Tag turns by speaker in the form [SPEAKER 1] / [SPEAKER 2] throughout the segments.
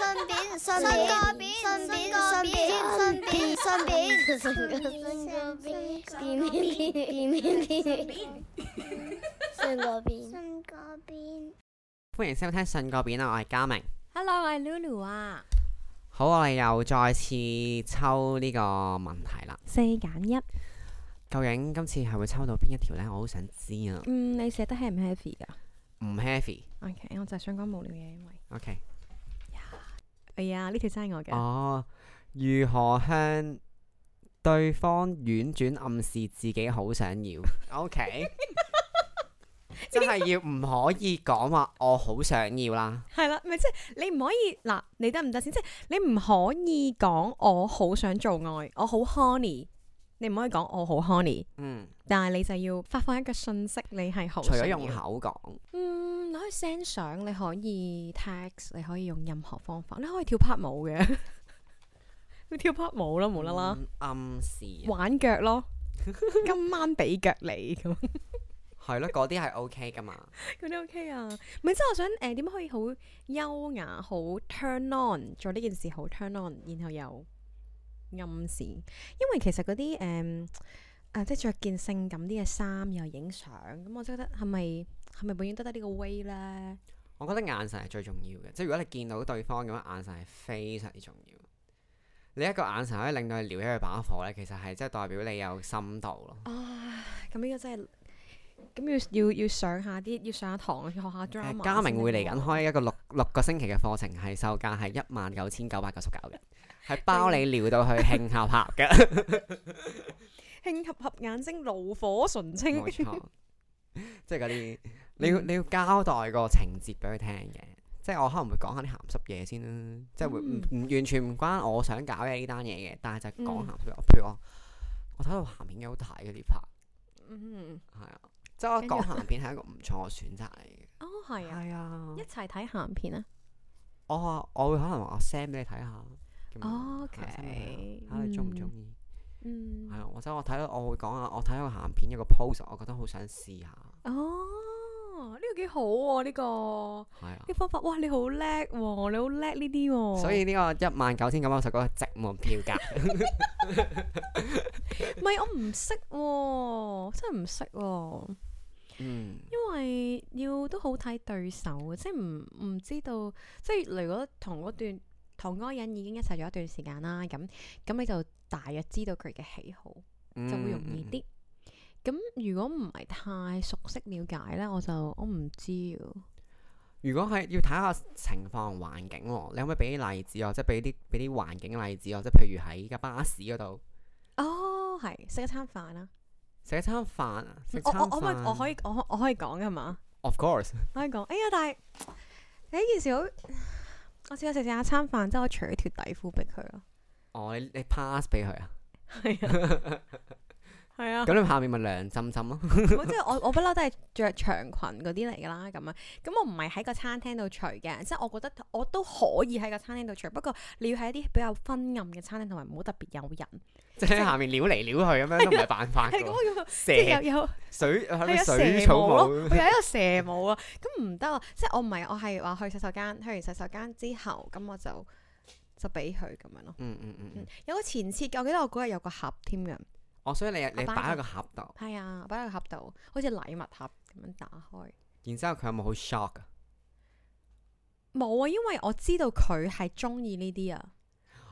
[SPEAKER 1] 順便順便順便順便順便順便順便順便便便順個便順個便
[SPEAKER 2] 歡迎收聽信個片啊！我係嘉明。
[SPEAKER 3] Hello，我係 Lulu 啊，
[SPEAKER 2] 好，我哋又再次抽呢個問題啦。
[SPEAKER 3] 四揀一，
[SPEAKER 2] 究竟今次係會抽到邊一條呢？我好想知啊！
[SPEAKER 3] 嗯，你寫得 heavy 唔 heavy 噶
[SPEAKER 2] 唔 heavy。
[SPEAKER 3] ？OK，我就係想講無聊嘢，因為
[SPEAKER 2] OK。
[SPEAKER 3] 哎呀，呢條真係我嘅，
[SPEAKER 2] 哦，如何向對方婉轉暗示自己好想要 ？OK。真係要唔可以講話我好想要啦。
[SPEAKER 3] 係啦，咪即係你唔可以嗱，你得唔得先？即係你唔可以講我好想做愛，我好 honey，你唔可以講我好 honey，
[SPEAKER 2] 嗯，
[SPEAKER 3] 但係你就要發放一個信息，你係好
[SPEAKER 2] 除咗
[SPEAKER 3] 想
[SPEAKER 2] 用
[SPEAKER 3] 要，
[SPEAKER 2] 口講，
[SPEAKER 3] 嗯，你可以 send 相，你可以 text，你可以用任何方法，你可以跳 part 舞嘅， 你跳 part 舞咯，無啦啦。
[SPEAKER 2] 嗯暗示啊
[SPEAKER 3] 玩腳咯， 今晚俾腳你咁，
[SPEAKER 2] 係咯，嗰啲係 OK 噶嘛。
[SPEAKER 3] 嗰啲 OK 啊。唔係，即係我想誒點、樣可以好優雅、好 turn on 做呢件事，好 turn on，然後又暗示，因為其實嗰啲誒啊，即係着件性感啲嘅衫，又影相，咁我真係覺得係咪係咪永遠都得呢個 way 咧？
[SPEAKER 2] 我覺得眼神係最重要嘅，即係如果你見到對方咁樣，眼神係非常之重要。你一個眼神可以令到佢撩起佢把火咧，其實係即係代表你有深度咯。
[SPEAKER 3] 啊，咁呢個真係咁要要要上下啲，要上下堂，學下
[SPEAKER 2] 誒
[SPEAKER 3] drama。
[SPEAKER 2] 嘉明會嚟緊開一個六六個星期嘅課程，係售價係一萬九千九百九十九嘅，係包你撩到佢興合合嘅，
[SPEAKER 3] 興合合眼睛，怒火純青。
[SPEAKER 2] 冇錯。 即係嗰啲你
[SPEAKER 3] 嗯
[SPEAKER 2] 要你要交代個情節俾佢聽嘅，即係我可能會講下啲鹹濕嘢先啦，即係會
[SPEAKER 3] 嗯
[SPEAKER 2] 唔唔完全唔關我想搞嘅呢單嘢嘅，但係就講鹹濕嘢。譬如我我睇到鹹片幾好睇嘅呢排。
[SPEAKER 3] 嗯，
[SPEAKER 2] 係啊，即係我
[SPEAKER 3] 跟住
[SPEAKER 2] 講鹹片係一個唔錯嘅選擇嚟嘅。
[SPEAKER 3] 哦， 係啊。
[SPEAKER 2] 係啊
[SPEAKER 3] 一，齊睇鹹片啊！
[SPEAKER 2] 我話我會可能話我 send 俾你睇下。咁樣
[SPEAKER 3] 哦
[SPEAKER 2] 係啊 send 俾你睇下
[SPEAKER 3] ，OK，
[SPEAKER 2] 睇下你中唔
[SPEAKER 3] 嗯
[SPEAKER 2] 中意？
[SPEAKER 3] 嗯
[SPEAKER 2] 係，啊，或者我睇到我會講啊，我睇到個鹹片有個 pose，我覺得好想試下。
[SPEAKER 3] 哦，呢個幾好喎，呢個
[SPEAKER 2] 係啊
[SPEAKER 3] 呢，個方法，哇，你好叻喎，你好叻呢啲喎。
[SPEAKER 2] 所以呢個一萬九千九百九十九係直門票價。
[SPEAKER 3] 唔係我唔識喎，真係唔識喎，
[SPEAKER 2] 嗯，
[SPEAKER 3] 因為要都好睇對手，啊即係唔唔知道，即係如果同嗰段同嗰個人已經一齊咗一段時間啦，咁咁你就大約知道佢嘅喜好。就會容易
[SPEAKER 2] 嗯。
[SPEAKER 3] 啲。咁如果唔係太熟悉了解咧，我就我唔知喎。
[SPEAKER 2] 如果係要睇下情況環境喎，你可唔可以俾啲例子我？即係俾啲俾啲環境例子我，即係譬如喺架巴士嗰度
[SPEAKER 3] 哦，係食一餐飯啦。
[SPEAKER 2] 食一餐飯啊，食
[SPEAKER 3] 嗯我
[SPEAKER 2] 餐
[SPEAKER 3] 我
[SPEAKER 2] 飯。
[SPEAKER 3] 我咪我可以我可我可以講㗎嘛？
[SPEAKER 2] Of course。
[SPEAKER 3] 我可以講。哎呀，但係呢件事好，我試下食食下餐飯之後，我除咗條底褲俾佢咯。
[SPEAKER 2] 哦，你你 pass 俾佢 啊？
[SPEAKER 3] 係啊，係啊。
[SPEAKER 2] 咁你下面咪涼浸浸 咯。
[SPEAKER 3] 咁即係我我不嬲都係着長裙嗰啲嚟㗎啦，咁啊，咁我唔係喺個餐廳度除嘅，即係我覺得我都可以喺個餐廳度除，不過你要喺一啲比較昏暗嘅餐廳，同埋唔好特別有人。
[SPEAKER 2] 即係喺下面撩嚟撩去咁樣都唔係辦法
[SPEAKER 3] 係咁
[SPEAKER 2] 㗎喎。
[SPEAKER 3] 我要即係
[SPEAKER 2] 蛇
[SPEAKER 3] 有有
[SPEAKER 2] 水係
[SPEAKER 3] 係
[SPEAKER 2] 咪
[SPEAKER 3] 啊
[SPEAKER 2] 水
[SPEAKER 3] 蛇
[SPEAKER 2] 草
[SPEAKER 3] 舞咯，
[SPEAKER 2] 舞
[SPEAKER 3] 我？有一個蛇舞啊，咁唔得啊！即係我唔係我係話去洗手間，去完洗手間之後，咁我就就俾佢咁樣咯。
[SPEAKER 2] 嗯嗯嗯嗯。
[SPEAKER 3] 有個前設嘅，我記得我嗰日有個盒添嘅，
[SPEAKER 2] 哦，所以你你
[SPEAKER 3] 擺
[SPEAKER 2] 擺喺
[SPEAKER 3] 喺
[SPEAKER 2] 個盒度，
[SPEAKER 3] 係啊，我擺喺個盒度，好似禮物盒咁樣打開。
[SPEAKER 2] 然之後佢有冇好 shock 啊？
[SPEAKER 3] 冇啊，因為我知道佢係中意呢啲啊，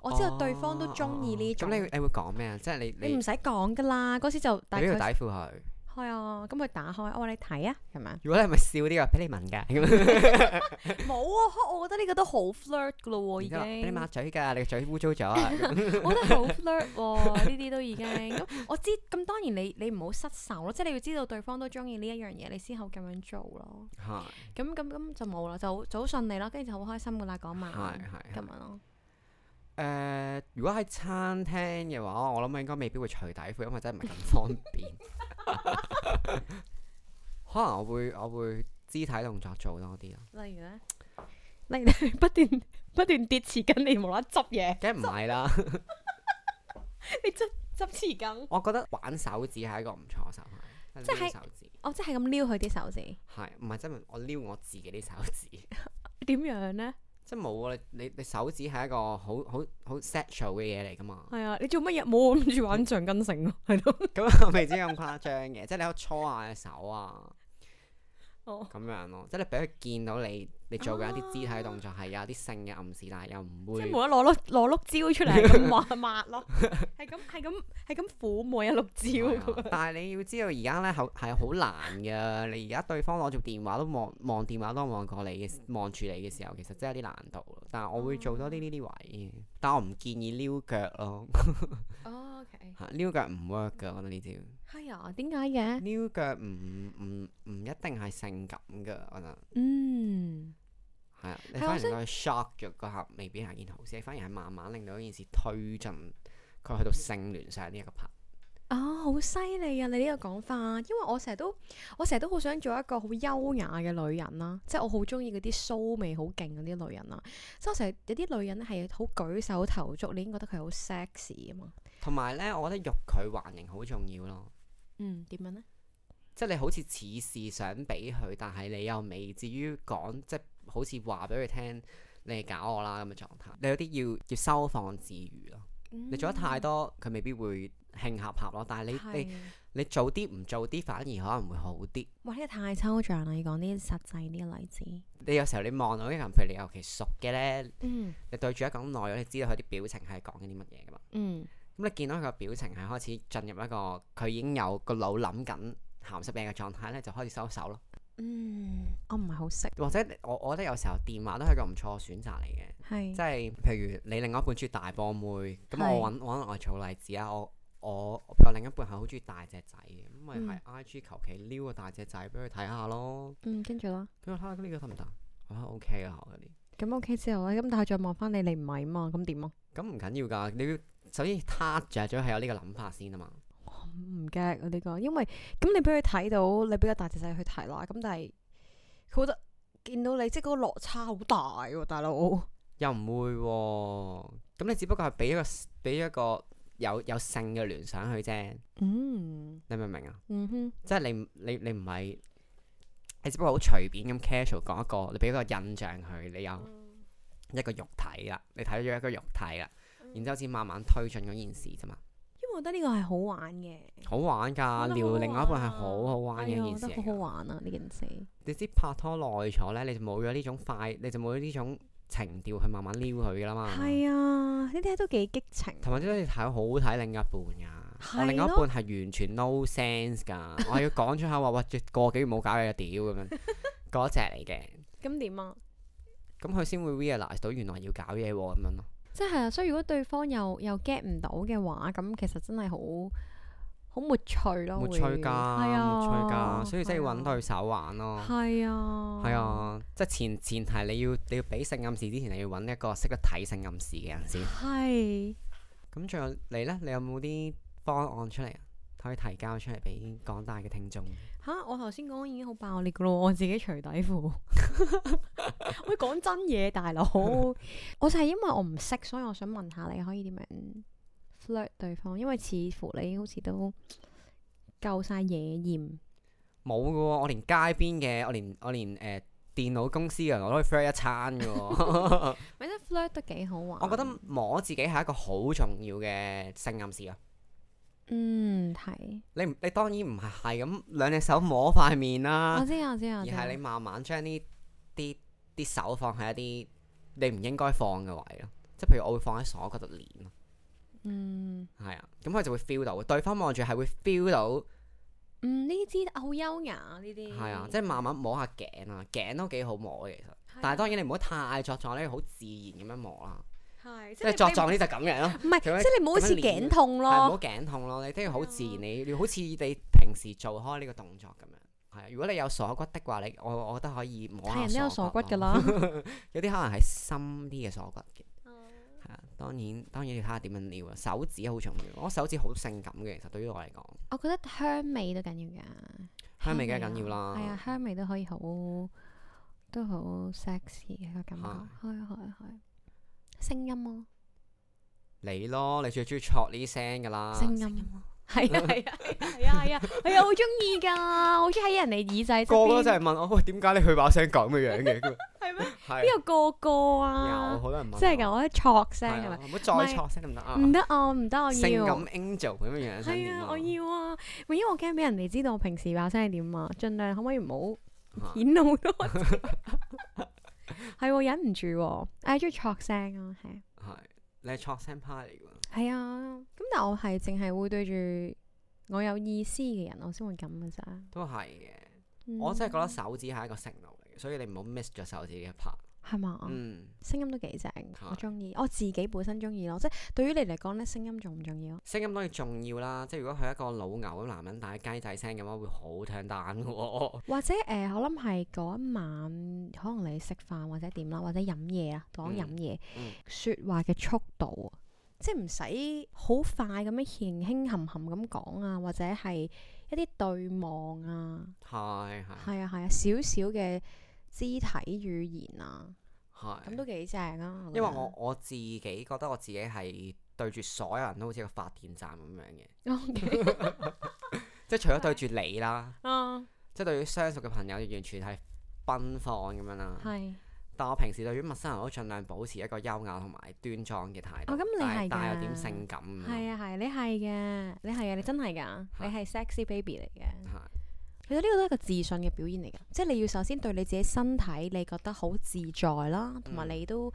[SPEAKER 3] 我知道對方都中意呢
[SPEAKER 2] 哦
[SPEAKER 3] 種。
[SPEAKER 2] 咁你你會講咩啊？即係你
[SPEAKER 3] 你
[SPEAKER 2] 你
[SPEAKER 3] 唔使講噶啦，嗰時就但
[SPEAKER 2] 俾條
[SPEAKER 3] 係
[SPEAKER 2] 底
[SPEAKER 3] 佢
[SPEAKER 2] 褲佢。
[SPEAKER 3] 係啊，咁佢打開，我話你睇啊，咁 樣。
[SPEAKER 2] 如果你係咪笑啲話啊俾你聞 㗎咁樣，
[SPEAKER 3] 冇啊，我覺得呢個都好 flirt 噶咯喎，已
[SPEAKER 2] 然之後話俾
[SPEAKER 3] 經
[SPEAKER 2] 你。抹嘴㗎，你個嘴污糟咗 啊！咁
[SPEAKER 3] 我覺得好 flirt 喎，呢啲都已經咁我知，咁當然你你唔好失手咯，即係你要知道對方都中意呢一樣嘢，你先好咁樣做咯。
[SPEAKER 2] 係
[SPEAKER 3] 咁咁咁就冇啦，就好就好順利啦，跟住就好開心噶啦嗰晚，
[SPEAKER 2] 係係
[SPEAKER 3] 咁樣咯。
[SPEAKER 2] 誒、如果喺餐廳嘅話，我諗應該未必會除底褲，因為真係唔係咁方便。 可能我會我會肢體動作做多啲咯，
[SPEAKER 3] 例如咧，例如 咧不斷不斷跌匙羹，你無啦啦執嘢，
[SPEAKER 2] 梗係唔係啦。
[SPEAKER 3] 你執執匙羹，
[SPEAKER 2] 我覺得玩手指係一個唔錯嘅手法，
[SPEAKER 3] 即係
[SPEAKER 2] 撩手指
[SPEAKER 3] 我哦即係咁撩佢啲手指，
[SPEAKER 2] 係唔係真係我撩我自己啲手指，
[SPEAKER 3] 點樣咧？
[SPEAKER 2] 即係冇啊！你你你手指係一個好好好 sexual 嘅嘢嚟噶 嘛，
[SPEAKER 3] 係啊，你做乜嘢？冇諗住玩橡筋繩咯，喺度。
[SPEAKER 2] 咁我未至於咁誇張嘅，即係你可以搓下隻手啊，
[SPEAKER 3] 哦，
[SPEAKER 2] 咁樣咯，即係你俾佢見到你你做緊一啲肢體動作係有啲性嘅暗示，但係又唔
[SPEAKER 3] 即
[SPEAKER 2] 會
[SPEAKER 3] 係冇得攞碌攞碌蕉出嚟 咁抹抹咯，係咁係咁係咁撫摸一碌
[SPEAKER 2] 係
[SPEAKER 3] 蕉
[SPEAKER 2] 啊
[SPEAKER 3] 咁樣。
[SPEAKER 2] 但係你要知道而家咧係係好難嘅，你而家對方攞住電話都望望電話都望過你嘅，望住你嘅時候，其實真係有啲難度咯。但係我會做多啲呢啲位，但我唔建議撩腳咯，
[SPEAKER 3] 哦，OK，
[SPEAKER 2] 嚇撩腳唔 work 嘅，我覺得呢招。
[SPEAKER 3] 係啊，點解嘅？
[SPEAKER 2] 撩腳唔唔唔一定係性感㗎，我覺得
[SPEAKER 3] 嗯，
[SPEAKER 2] 係啊，你
[SPEAKER 3] 係我
[SPEAKER 2] 反而
[SPEAKER 3] 想
[SPEAKER 2] 佢 shock 咗嗰下，未必係件好事，反而係慢慢令到呢件事推進佢去到性聯上呢一個 part。
[SPEAKER 3] 啊，好犀利啊！你呢個講法，因為我成日都我成日都好想做一個好優雅嘅女人啦，即係我好中意嗰啲騷味好勁嗰啲女人啦。即係我成日有啲女人係好舉手投足，你已經覺得佢好 sexy 啊嘛。
[SPEAKER 2] 同埋咧，我覺得欲拒還迎好重要咯，
[SPEAKER 3] 嗯，點樣呢？
[SPEAKER 2] 即係你好似似是想俾佢，但係你又未至於講，即係好似話俾佢聽你係搞我啦咁嘅狀態。你有啲要要收放自如咯，
[SPEAKER 3] 嗯
[SPEAKER 2] 你做得太多，佢未必會興合合咯。但係你你
[SPEAKER 3] 係
[SPEAKER 2] 你做啲唔做啲，反而可能會好啲。
[SPEAKER 3] 哇！呢個太抽象啦，要講啲實際啲嘅例子。
[SPEAKER 2] 你有時候你望到一個人，譬如你尤其熟嘅咧，
[SPEAKER 3] 嗯
[SPEAKER 2] 你對住一個咁耐咗，你知道佢啲表情係講緊啲乜嘢噶嘛？
[SPEAKER 3] 嗯，
[SPEAKER 2] 咁你見到佢個表情係開始進入一個佢已經有個腦諗緊鹹濕嘢嘅狀態咧，就開始收手咯。
[SPEAKER 3] 嗯，我唔係好識，
[SPEAKER 2] 或者你我我覺得有時候電話都係一個唔錯嘅選擇嚟嘅，
[SPEAKER 3] 係
[SPEAKER 2] 即係譬如你另外一半中意大波妹，咁
[SPEAKER 3] 係
[SPEAKER 2] 我揾揾我做例子啊，我我我另一半係好中意大隻仔嘅，咁咪喺 IG 求其撩個大隻仔俾佢睇下咯。
[SPEAKER 3] 嗯，跟住啦，
[SPEAKER 2] 咁我睇下呢個得唔得？我覺得 OK 啊，我覺得呢。
[SPEAKER 3] 咁 OK 之後咧，咁但係再望翻你，你唔係嘛，咁點啊？
[SPEAKER 2] 咁唔緊要㗎，你要首先他着咗係有呢個諗法先啊嘛。
[SPEAKER 3] 唔驚啊呢個，因為咁你俾佢睇到，你俾個大隻仔去睇啦，咁但係佢覺得見到你，即係嗰個落差好大喎，大佬。
[SPEAKER 2] 又唔會喎、咁你只不過係俾一個 s- 俾一個有有性嘅聯想佢啫，
[SPEAKER 3] 嗯
[SPEAKER 2] 你明唔明啊？
[SPEAKER 3] 嗯哼，
[SPEAKER 2] 即係你唔你你唔係，你只不過好隨便咁 casual 講一個，你俾一個印象佢，你有
[SPEAKER 3] 嗯
[SPEAKER 2] 一個肉體啦，你睇咗一個肉體啦，
[SPEAKER 3] 嗯
[SPEAKER 2] 然之後先慢慢推進嗰件事啫嘛，
[SPEAKER 3] 因為我覺得呢個係好玩嘅，
[SPEAKER 2] 好玩
[SPEAKER 3] 我
[SPEAKER 2] 㗎，
[SPEAKER 3] 覺得
[SPEAKER 2] 撩
[SPEAKER 3] 好好
[SPEAKER 2] 另外一半
[SPEAKER 3] 玩
[SPEAKER 2] 係
[SPEAKER 3] 啊
[SPEAKER 2] 好好玩嘅
[SPEAKER 3] 係啊
[SPEAKER 2] 一
[SPEAKER 3] 我
[SPEAKER 2] 件
[SPEAKER 3] 覺
[SPEAKER 2] 事
[SPEAKER 3] 得
[SPEAKER 2] 嚟
[SPEAKER 3] 好好
[SPEAKER 2] 㗎。
[SPEAKER 3] 玩啊呢件事。
[SPEAKER 2] 你知拍拖耐咗咧，你就冇咗呢種快，你就冇咗呢種情調去慢慢撩佢㗎啦嘛。
[SPEAKER 3] 係啊，呢啲都幾激情。
[SPEAKER 2] 同埋啲你睇好睇另一半噶，我另一半
[SPEAKER 3] 係咯
[SPEAKER 2] 係完全 no sense 噶，我係要講出口話，喂，個幾月冇搞嘢啊屌咁 樣，嗰只嚟嘅，
[SPEAKER 3] 咁點啊？
[SPEAKER 2] 咁佢先會 realize 到原來要搞嘢喎咁樣咯。
[SPEAKER 3] 即係啊，所以如果對方又又 get 唔到嘅話，咁其實真係好好沒趣咯，
[SPEAKER 2] 冇
[SPEAKER 3] 會
[SPEAKER 2] 吹㗎，
[SPEAKER 3] 係啊，
[SPEAKER 2] 冇吹㗎，所以真係要揾
[SPEAKER 3] 對
[SPEAKER 2] 對手玩咯。
[SPEAKER 3] 係啊，
[SPEAKER 2] 係，啊，即係前前提你要你要俾性暗示之前，你要揾一個識得睇性暗示嘅人先。
[SPEAKER 3] 係
[SPEAKER 2] 咁仲有你呢？你有冇啲方案出嚟啊？可以提交出嚟俾廣大嘅聽眾。
[SPEAKER 3] 吓，我頭先講已經好爆裂噶咯，我自己除底 褲。喂，講真嘢，大佬，我就係因為我唔識，所以我想問下你可以點樣 flirt 對方，因為似乎你好似都夠晒野豔。
[SPEAKER 2] 冇嘅喎，我連街邊嘅，我連我連誒、呃、電腦公司嘅人我都可以 friend 一餐嘅喎。
[SPEAKER 3] 咪得 flirt 都幾好玩，
[SPEAKER 2] 我覺得摸自己係一個好重要嘅性暗示啊！
[SPEAKER 3] 嗯係，
[SPEAKER 2] 你唔你當然唔係係咁兩隻手摸塊面
[SPEAKER 3] 我
[SPEAKER 2] 啦，
[SPEAKER 3] 知我知我
[SPEAKER 2] 啊而
[SPEAKER 3] 知，
[SPEAKER 2] 係你慢慢將呢啲啲手放喺一啲你唔應該放嘅位咯。即係譬如我會放喺鎖嗰度鏈咯，
[SPEAKER 3] 嗯
[SPEAKER 2] 係啊，咁佢就會 feel 到，對方望住係會 feel 到，
[SPEAKER 3] 嗯呢啲好優雅呢啲，
[SPEAKER 2] 係啊，即係慢慢摸下頸啊，頸都幾好摸嘅其實。
[SPEAKER 3] 嗯係啊，
[SPEAKER 2] 但係當然你唔好太作狀咧，好自然咁樣摸啦。
[SPEAKER 3] 係
[SPEAKER 2] 即係作，狀呢就咁樣咯。
[SPEAKER 3] 你唔係
[SPEAKER 2] 咁樣
[SPEAKER 3] 即係你唔好好似
[SPEAKER 2] 咁樣練
[SPEAKER 3] 頸痛
[SPEAKER 2] 係唔好
[SPEAKER 3] 咯，
[SPEAKER 2] 頸痛咯，你都要好
[SPEAKER 3] 係啊
[SPEAKER 2] 自然，你要好似你平時做開呢個動作咁樣。係啊，如果你有鎖骨的話，你我我覺得可以摸
[SPEAKER 3] 係人都
[SPEAKER 2] 下
[SPEAKER 3] 有鎖骨
[SPEAKER 2] 㗎
[SPEAKER 3] 㗎。啦， 哦
[SPEAKER 2] 有啲可能係深啲嘅鎖骨嘅，係啊。當然當然要睇下點樣撩啦，手指好重要。我手指好性感嘅，其實對於我嚟講，
[SPEAKER 3] 我覺得香味都緊要㗎，
[SPEAKER 2] 香味梗係
[SPEAKER 3] 啊
[SPEAKER 2] 緊要啦
[SPEAKER 3] 係啊，香味都可以好都好 sexy 嘅個感
[SPEAKER 2] 係
[SPEAKER 3] 覺，係啊係啊係啊，聲音啊，
[SPEAKER 2] 你咯，你最中意戳呢啲聲㗎啦。
[SPEAKER 3] 聲音啊，係啊係啊係啊係啊係啊，好中意㗎，好中意喺人哋耳仔
[SPEAKER 2] 個個都
[SPEAKER 3] 係
[SPEAKER 2] 係問我，喂，點解你去把聲咁嘅樣嘅？咁
[SPEAKER 3] 係咩？
[SPEAKER 2] 係
[SPEAKER 3] 邊有個個
[SPEAKER 2] 有
[SPEAKER 3] 啊？
[SPEAKER 2] 好多人問我，
[SPEAKER 3] 真係㗎，我一戳聲係
[SPEAKER 2] 係
[SPEAKER 3] 咪
[SPEAKER 2] 啊，？唔好再錯聲得唔得啊？
[SPEAKER 3] 唔得我唔得我
[SPEAKER 2] 性
[SPEAKER 3] 要
[SPEAKER 2] 感。angel 咁樣樣想
[SPEAKER 3] 係
[SPEAKER 2] 點
[SPEAKER 3] 啊，
[SPEAKER 2] 啊，
[SPEAKER 3] 我要啊，咪因為我驚俾人哋知道我平時把聲係點啊，盡量可唔可以唔
[SPEAKER 2] 啊
[SPEAKER 3] 好顯露多啲？ 係喎，忍唔住喎，誒中意戳聲啊，係啊
[SPEAKER 2] 係你係錯聲派嚟㗎喎，
[SPEAKER 3] 係啊，咁但係我係淨係會對住我有意思嘅人，我先會咁嘅咋。嗯
[SPEAKER 2] 都係嘅。我真係覺得手指係一個 signal 嚟嘅，所以你唔好 miss 咗手指呢一 part。
[SPEAKER 3] 得係嘛，
[SPEAKER 2] 嗯，
[SPEAKER 3] 聲音都幾正，我
[SPEAKER 2] 係
[SPEAKER 3] 中意，我自己本身中意咯，即係對於你嚟講咧，聲音重唔重要？
[SPEAKER 2] 聲音當然重要啦，即係如果佢係一個老牛咁男人打雞仔聲咁樣，會好 turn down 嘅喎。
[SPEAKER 3] 或者誒、呃我諗係嗰一晚，可能你食飯或者點啦，或者飲嘢啊，講
[SPEAKER 2] 嗯
[SPEAKER 3] 飲嘢，
[SPEAKER 2] 嗯
[SPEAKER 3] 説話嘅速度啊，即係唔使好快咁樣輕輕含含咁講啊，或者係一啲對望啊，
[SPEAKER 2] 係係
[SPEAKER 3] 係啊係啊，少少嘅肢體語言啊，
[SPEAKER 2] 係。
[SPEAKER 3] 咁都幾正啊！覺
[SPEAKER 2] 因為
[SPEAKER 3] 得
[SPEAKER 2] 我我自己覺得我自己係對住所有人都好似個發電站咁樣嘅，
[SPEAKER 3] OK
[SPEAKER 2] 即係除咗對住你啦，
[SPEAKER 3] 啊，
[SPEAKER 2] 即係對於相熟嘅朋友完全係奔放咁樣啦。
[SPEAKER 3] 係
[SPEAKER 2] 但我平時對於陌生人都盡量保持一個優雅同埋端莊嘅態度，
[SPEAKER 3] 哦咁你
[SPEAKER 2] 但
[SPEAKER 3] 係㗎
[SPEAKER 2] 但係有點性感咁樣
[SPEAKER 3] 係啊係，你係嘅，你係啊，你真係㗎，你
[SPEAKER 2] 係
[SPEAKER 3] 係 sexy baby 嚟嘅。
[SPEAKER 2] 係
[SPEAKER 3] 其實呢個都係一個自信嘅表現嚟㗎，即係你要首先對你自己身體，你覺得好自在啦，同埋
[SPEAKER 2] 嗯
[SPEAKER 3] 你都誒、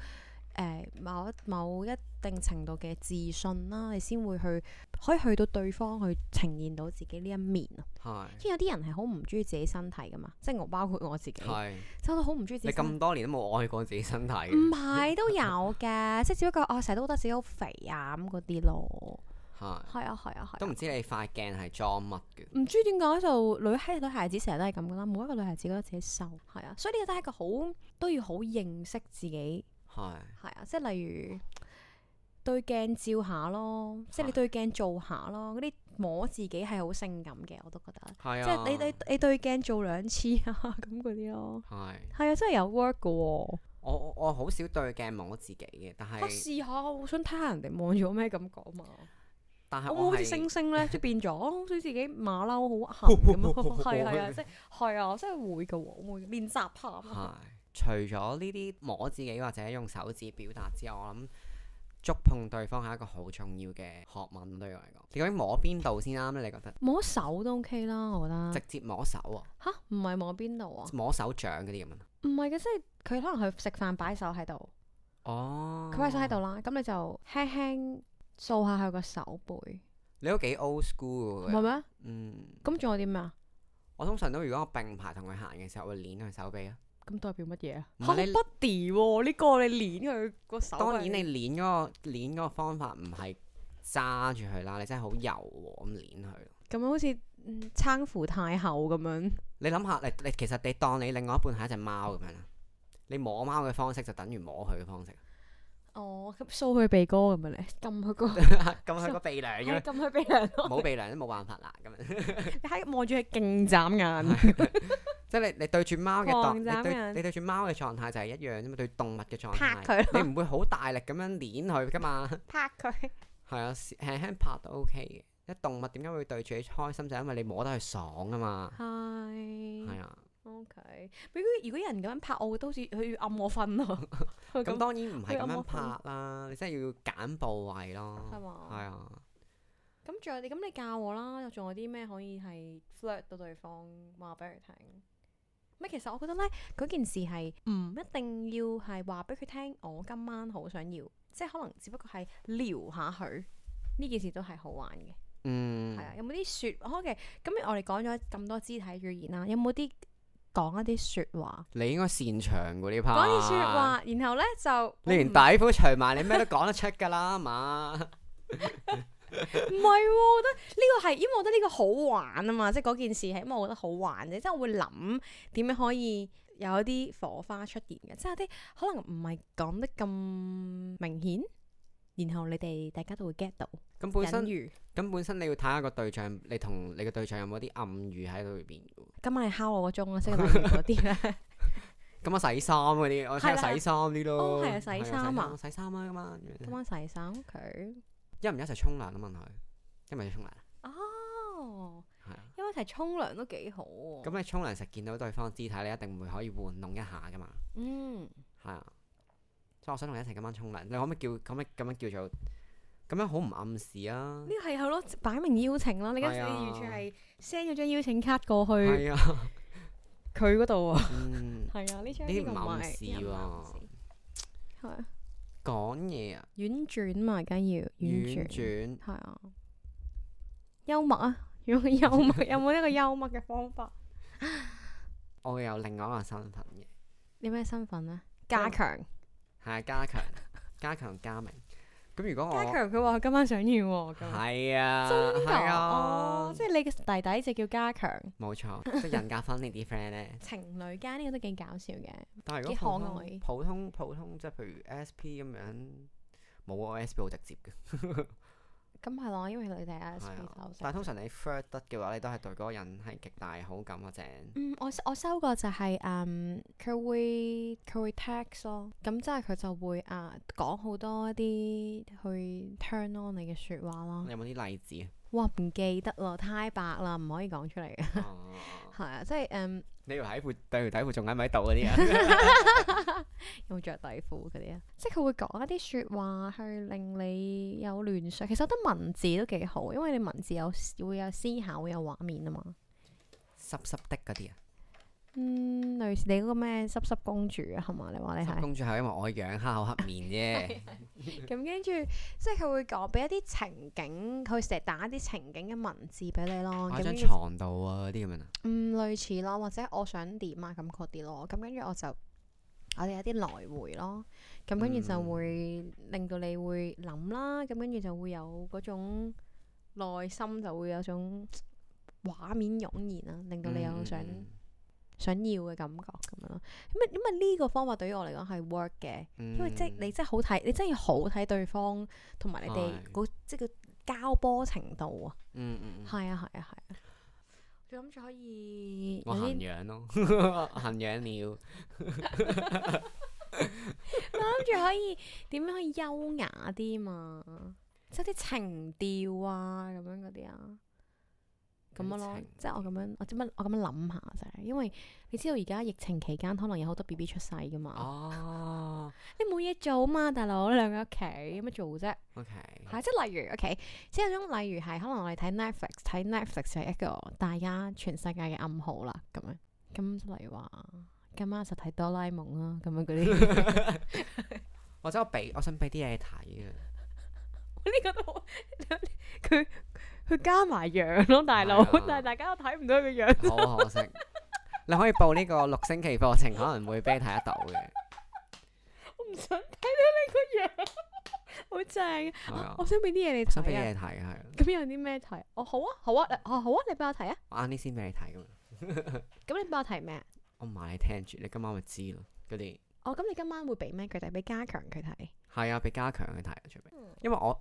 [SPEAKER 3] 呃某一某一定程度嘅自信啦，你先會去可以去到對方去呈現到自己呢一面啊。
[SPEAKER 2] 係
[SPEAKER 3] 因為有啲人係好唔中意自己身體㗎嘛，即係我包括我自己，
[SPEAKER 2] 係。
[SPEAKER 3] 真係好唔中意自
[SPEAKER 2] 你
[SPEAKER 3] 己身體。
[SPEAKER 2] 咁多年都冇愛過自己身體嘅，
[SPEAKER 3] 唔係都有嘅，即係只不過我成日都覺得自己好肥啊咁嗰啲咯。
[SPEAKER 2] 係
[SPEAKER 3] 係啊係啊係
[SPEAKER 2] 都
[SPEAKER 3] 啊。
[SPEAKER 2] 唔知你塊鏡係裝乜嘅。
[SPEAKER 3] 唔知點解就女閪女孩子成日都係咁噶啦，每一個女孩子覺得自己瘦，係啊，所以呢個都係一個好都要好認識自己，
[SPEAKER 2] 係
[SPEAKER 3] 係啊，即係例如對鏡照下咯，即係你
[SPEAKER 2] 係
[SPEAKER 3] 對鏡做下咯，嗰啲摸自己係好性感嘅，我都覺得，
[SPEAKER 2] 係啊，
[SPEAKER 3] 即係你你你對鏡做兩次啊咁嗰啲咯，
[SPEAKER 2] 係
[SPEAKER 3] 係啊，真係有 work 噶喎、
[SPEAKER 2] 我我我好少對鏡摸自己嘅，但
[SPEAKER 3] 我
[SPEAKER 2] 係
[SPEAKER 3] 試下，我想睇下人哋望住我咩感覺嘛，
[SPEAKER 2] 但係
[SPEAKER 3] 我會好
[SPEAKER 2] 啊我
[SPEAKER 3] 似
[SPEAKER 2] 係
[SPEAKER 3] 星星 咧，即係變咗，好似自己馬騮好痕咁樣，係啊係啊，即係係啊，我真係會嘅喎，我會練習下。
[SPEAKER 2] 係，除咗呢啲摸自己或者用手指表達之外，我諗觸碰對方係一個好重要嘅學問對我嚟講。你究竟摸邊度先啱咧？你覺得
[SPEAKER 3] 摸手都 OK 啦，我覺
[SPEAKER 2] 直
[SPEAKER 3] 得
[SPEAKER 2] 接摸手啊，
[SPEAKER 3] 吓，唔係摸邊度啊？
[SPEAKER 2] 摸手掌嗰啲咁樣啊？
[SPEAKER 3] 唔係嘅，即係佢可能佢食飯擺手喺度，
[SPEAKER 2] 哦，
[SPEAKER 3] 佢擺手喺，度啦，咁你就輕輕掃下佢個手背，唔
[SPEAKER 2] 你都幾 old school 嘅
[SPEAKER 3] 係
[SPEAKER 2] 喎。
[SPEAKER 3] 咩？
[SPEAKER 2] 嗯，
[SPEAKER 3] 咁仲有啲咩啊？
[SPEAKER 2] 我通常都如果我並排同佢行嘅時候，我會捏佢手臂啊。
[SPEAKER 3] 咁代表乜嘢啊？
[SPEAKER 2] 唔係
[SPEAKER 3] 好
[SPEAKER 2] 你
[SPEAKER 3] buddy 喎，呢個你捏佢個手。
[SPEAKER 2] 當然你捏嗰個捏嗰個方法唔係揸住佢啦，你真係好柔和咁捏佢。
[SPEAKER 3] 咁樣好似嗯撐扶太后咁樣。
[SPEAKER 2] 你諗下，你你其實你當你另外一半係一隻貓咁樣啦，你摸貓嘅方式就等於摸佢嘅方式，
[SPEAKER 3] 哦，咁掃佢鼻哥咁樣咧，撳 佢個，
[SPEAKER 2] 咁佢個鼻梁咁樣，
[SPEAKER 3] 係撳佢鼻梁咯。
[SPEAKER 2] 冇鼻梁都冇辦法啦咁樣。
[SPEAKER 3] 你喺望住佢勁眨眼，
[SPEAKER 2] 即係你你對住貓嘅狀，
[SPEAKER 3] 狂
[SPEAKER 2] 你
[SPEAKER 3] 斬
[SPEAKER 2] 對
[SPEAKER 3] 人
[SPEAKER 2] 你對住貓嘅狀態就係一樣啫嘛，對動物嘅狀
[SPEAKER 3] 拍
[SPEAKER 2] 態，
[SPEAKER 3] 佢咯，
[SPEAKER 2] 你唔會好大力咁樣捏佢噶嘛，
[SPEAKER 3] 拍佢。
[SPEAKER 2] 係啊，輕輕拍都 OK 嘅。一動物點解會對住你開心就係因為你摸得佢爽啊嘛，係
[SPEAKER 3] 係
[SPEAKER 2] 啊。
[SPEAKER 3] ，OK。如果如果有人咁樣拍我，會都好似佢要暗我瞓 咯。佢
[SPEAKER 2] 咁
[SPEAKER 3] 咁
[SPEAKER 2] 當然唔係
[SPEAKER 3] 佢有
[SPEAKER 2] 咁樣
[SPEAKER 3] 冇
[SPEAKER 2] 拍啦，你真係要揀部位咯，
[SPEAKER 3] 係嘛
[SPEAKER 2] 係啊，
[SPEAKER 3] 咁仲有你咁你教我啦，仲有啲咩可以係 flirt 到對方話俾佢聽？唔係，其實我覺得咧，嗰件事係唔一定要係話俾佢聽，我今晚好想要，即係可能只不過係撩下佢，呢件事都係好玩嘅。
[SPEAKER 2] 嗯
[SPEAKER 3] 係，啊，有冇啲説？OK，咁我哋講咗咁多肢體語言啦，有冇啲講一啲説話？
[SPEAKER 2] 你應該擅長喎呢 part。
[SPEAKER 3] 講啲説話，嗯然後咧就
[SPEAKER 2] 你連底褲除埋，你咩都講得出㗎啦，嘛？
[SPEAKER 3] 唔係喎，我覺得呢個係因為我覺得呢個好玩啊嘛，即係嗰件事係因為我覺得好玩啫，即係我會諗點樣可以有一啲火花出現嘅，即係有啲可能唔係講得咁明顯，然後你哋大家都會 get 到
[SPEAKER 2] 咁本
[SPEAKER 3] 隱
[SPEAKER 2] 身
[SPEAKER 3] 喻。
[SPEAKER 2] 咁本身你要睇下個對象，你同你個對象有冇啲暗語喺裏邊㗎喎？
[SPEAKER 3] 今晚你敲我個鐘啊，即係例如嗰啲 咧，
[SPEAKER 2] 咁我洗衫嗰啲，我睇
[SPEAKER 3] 係啦
[SPEAKER 2] 下洗衫啲咯。
[SPEAKER 3] 哦係啊洗衫啊
[SPEAKER 2] 洗衫啊咁啊。
[SPEAKER 3] 今晚洗衫佢
[SPEAKER 2] 一唔一齊沖涼啊？問佢，一唔一齊沖涼啊？啊
[SPEAKER 3] 啊，一齊沖涼都幾好喎。
[SPEAKER 2] 咁你沖涼時見到對方肢體，你一定會可以玩弄一下噶嘛，
[SPEAKER 3] 嗯，
[SPEAKER 2] 係啊。所以我想同你一齊今晚沖涼，你可唔可以叫可唔可以咁樣叫做咁樣好唔暗示啊
[SPEAKER 3] 呢？個係係咯，擺明邀請啦。你而
[SPEAKER 2] 係
[SPEAKER 3] 家
[SPEAKER 2] 啊
[SPEAKER 3] 你完全係 send 咗張邀請卡過去
[SPEAKER 2] 係啊，
[SPEAKER 3] 佢嗰度 啊。
[SPEAKER 2] 嗯，
[SPEAKER 3] 係啊，呢張
[SPEAKER 2] 呢啲
[SPEAKER 3] 個
[SPEAKER 2] 唔暗
[SPEAKER 3] 係
[SPEAKER 2] 示
[SPEAKER 3] 呢個唔暗
[SPEAKER 2] 喎
[SPEAKER 3] 示係啊
[SPEAKER 2] 講嘢啊，
[SPEAKER 3] 婉轉嘛，而家要
[SPEAKER 2] 婉
[SPEAKER 3] 婉轉。
[SPEAKER 2] 轉
[SPEAKER 3] 係啊，幽默啊， 有冇 幽默有冇一個幽默嘅方法？
[SPEAKER 2] 我有另外一個身份嘅，
[SPEAKER 3] 你咩身份啊咧？加強，
[SPEAKER 2] 係啊加 強、加強、加明。咁如果
[SPEAKER 3] 加
[SPEAKER 2] 我
[SPEAKER 3] 強，佢話佢今晚想要喎，咁
[SPEAKER 2] 哦係啊，
[SPEAKER 3] 真㗎
[SPEAKER 2] 係啊
[SPEAKER 3] 哦，，即係你嘅弟弟就叫加強，
[SPEAKER 2] 冇錯，即係人格分裂啲 friend 咧。
[SPEAKER 3] 情侶間呢個都幾搞笑嘅。
[SPEAKER 2] 但係如
[SPEAKER 3] 幾
[SPEAKER 2] 果普
[SPEAKER 3] 可
[SPEAKER 2] 通
[SPEAKER 3] 愛
[SPEAKER 2] 普通普通即係譬如 SP 咁樣，冇我 SP 好直接嘅，
[SPEAKER 3] 咁係咯，因為你哋 S
[SPEAKER 2] 係
[SPEAKER 3] P
[SPEAKER 2] 啊
[SPEAKER 3] 就。
[SPEAKER 2] 但係通常你 flirt 得嘅話，你都係對嗰個人係極大好感 或者
[SPEAKER 3] 嗯，我我收過就係、嗯，佢會佢會 text 咯，咁即係佢就會啊講好多一啲去 turn on 你嘅説話啦
[SPEAKER 2] 你。有冇啲例子啊
[SPEAKER 3] 哇，唔記得咯，太白啦，唔可以講出嚟嘅。
[SPEAKER 2] 啊？哦
[SPEAKER 3] 係啊，即係誒
[SPEAKER 2] 你條底褲對條底褲仲喺咪度嗰啲 啊？
[SPEAKER 3] 有冇著底褲嗰啲啊，即係佢會講一啲説話去令你有聯想。其實我覺得文字都幾好，因為你文字有會有思考，會有畫面啊嘛。
[SPEAKER 2] 濕濕的嗰啲啊？
[SPEAKER 3] 嗯，類似你嗰個咩濕濕公主啊，係嘛？你話你
[SPEAKER 2] 濕
[SPEAKER 3] 係
[SPEAKER 2] 公主係因為我養蝦口黑面
[SPEAKER 3] 咁，跟住即係佢會講俾一啲情景，佢成日打一啲情景嘅文字俾你咯。
[SPEAKER 2] 啫，
[SPEAKER 3] 咁
[SPEAKER 2] 喺張
[SPEAKER 3] 跟住
[SPEAKER 2] 床度啊嗰啲咁樣啊？
[SPEAKER 3] 嗯，類似咯，或者我想點啊咁嗰啲咯，咁跟住我就我哋有啲來回咯，咁跟住就
[SPEAKER 2] 嗯
[SPEAKER 3] 會令到你會諗啦，咁跟住就會有嗰種內心就會有種畫面湧現啊，令到你有想、
[SPEAKER 2] 嗯
[SPEAKER 3] 想要嘅感覺咁樣咯。咁啊，因為呢個方法對於我嚟講係 work 嘅，
[SPEAKER 2] 嗯
[SPEAKER 3] 因為即係你真係好睇，你真係要好睇對方同埋你哋
[SPEAKER 2] 係
[SPEAKER 3] 嗰即係個交波程度啊。
[SPEAKER 2] 嗯嗯嗯
[SPEAKER 3] 係啊，係啊，係啊。我諗住可以有
[SPEAKER 2] 我痕
[SPEAKER 3] 啲
[SPEAKER 2] 癢咯， 痕癢了。
[SPEAKER 3] 諗住可以點樣可以優雅啲嘛，即係啲情調啊咁樣嗰啲啊，咁樣咯
[SPEAKER 2] 情，
[SPEAKER 3] 即係我咁樣，我點樣我咁樣諗下啫，因為你知道而家疫情期間可能有好多 B B 出世噶嘛，
[SPEAKER 2] 哦
[SPEAKER 3] 你冇嘢做啊嘛，大佬你兩個屋企有乜做啫？
[SPEAKER 2] ，OK，
[SPEAKER 3] 係即係例如，OK，即係有種例如係可能我哋睇 Netflix，睇 Netflix 係一個大家全世界嘅暗號啦，咁樣。咁例如話，今晚就睇哆啦 A 夢啦，咁樣嗰啲，
[SPEAKER 2] 或者我俾我想俾啲嘢你睇啊。
[SPEAKER 3] 呢個都好 佢佢加埋羊咯，大佬
[SPEAKER 2] 係啊，
[SPEAKER 3] 但係大家都睇唔到佢個樣。
[SPEAKER 2] 好可惜。 你可以報呢個六星期課程，可能會俾你睇得到嘅。
[SPEAKER 3] 我唔想睇到你個樣， 好正啊。
[SPEAKER 2] 係
[SPEAKER 3] 啊
[SPEAKER 2] 啊
[SPEAKER 3] 我，想俾啲嘢你
[SPEAKER 2] 想俾
[SPEAKER 3] 睇
[SPEAKER 2] 嘢
[SPEAKER 3] 啊。
[SPEAKER 2] 你睇嘅係啊，
[SPEAKER 3] 咁有啲咩睇？哦，好啊，好啊，哦，好啊，你俾我睇啊。
[SPEAKER 2] 我啱啲先俾你睇咁樣。
[SPEAKER 3] 咁你俾我睇咩啊？
[SPEAKER 2] 我唔話你聽住，你今晚咪知咯。嗰啲
[SPEAKER 3] 哦，咁你今晚會俾咩佢睇？俾加強佢睇。
[SPEAKER 2] 係啊，俾加強去睇啊，最尾。
[SPEAKER 3] 嗯
[SPEAKER 2] 因為我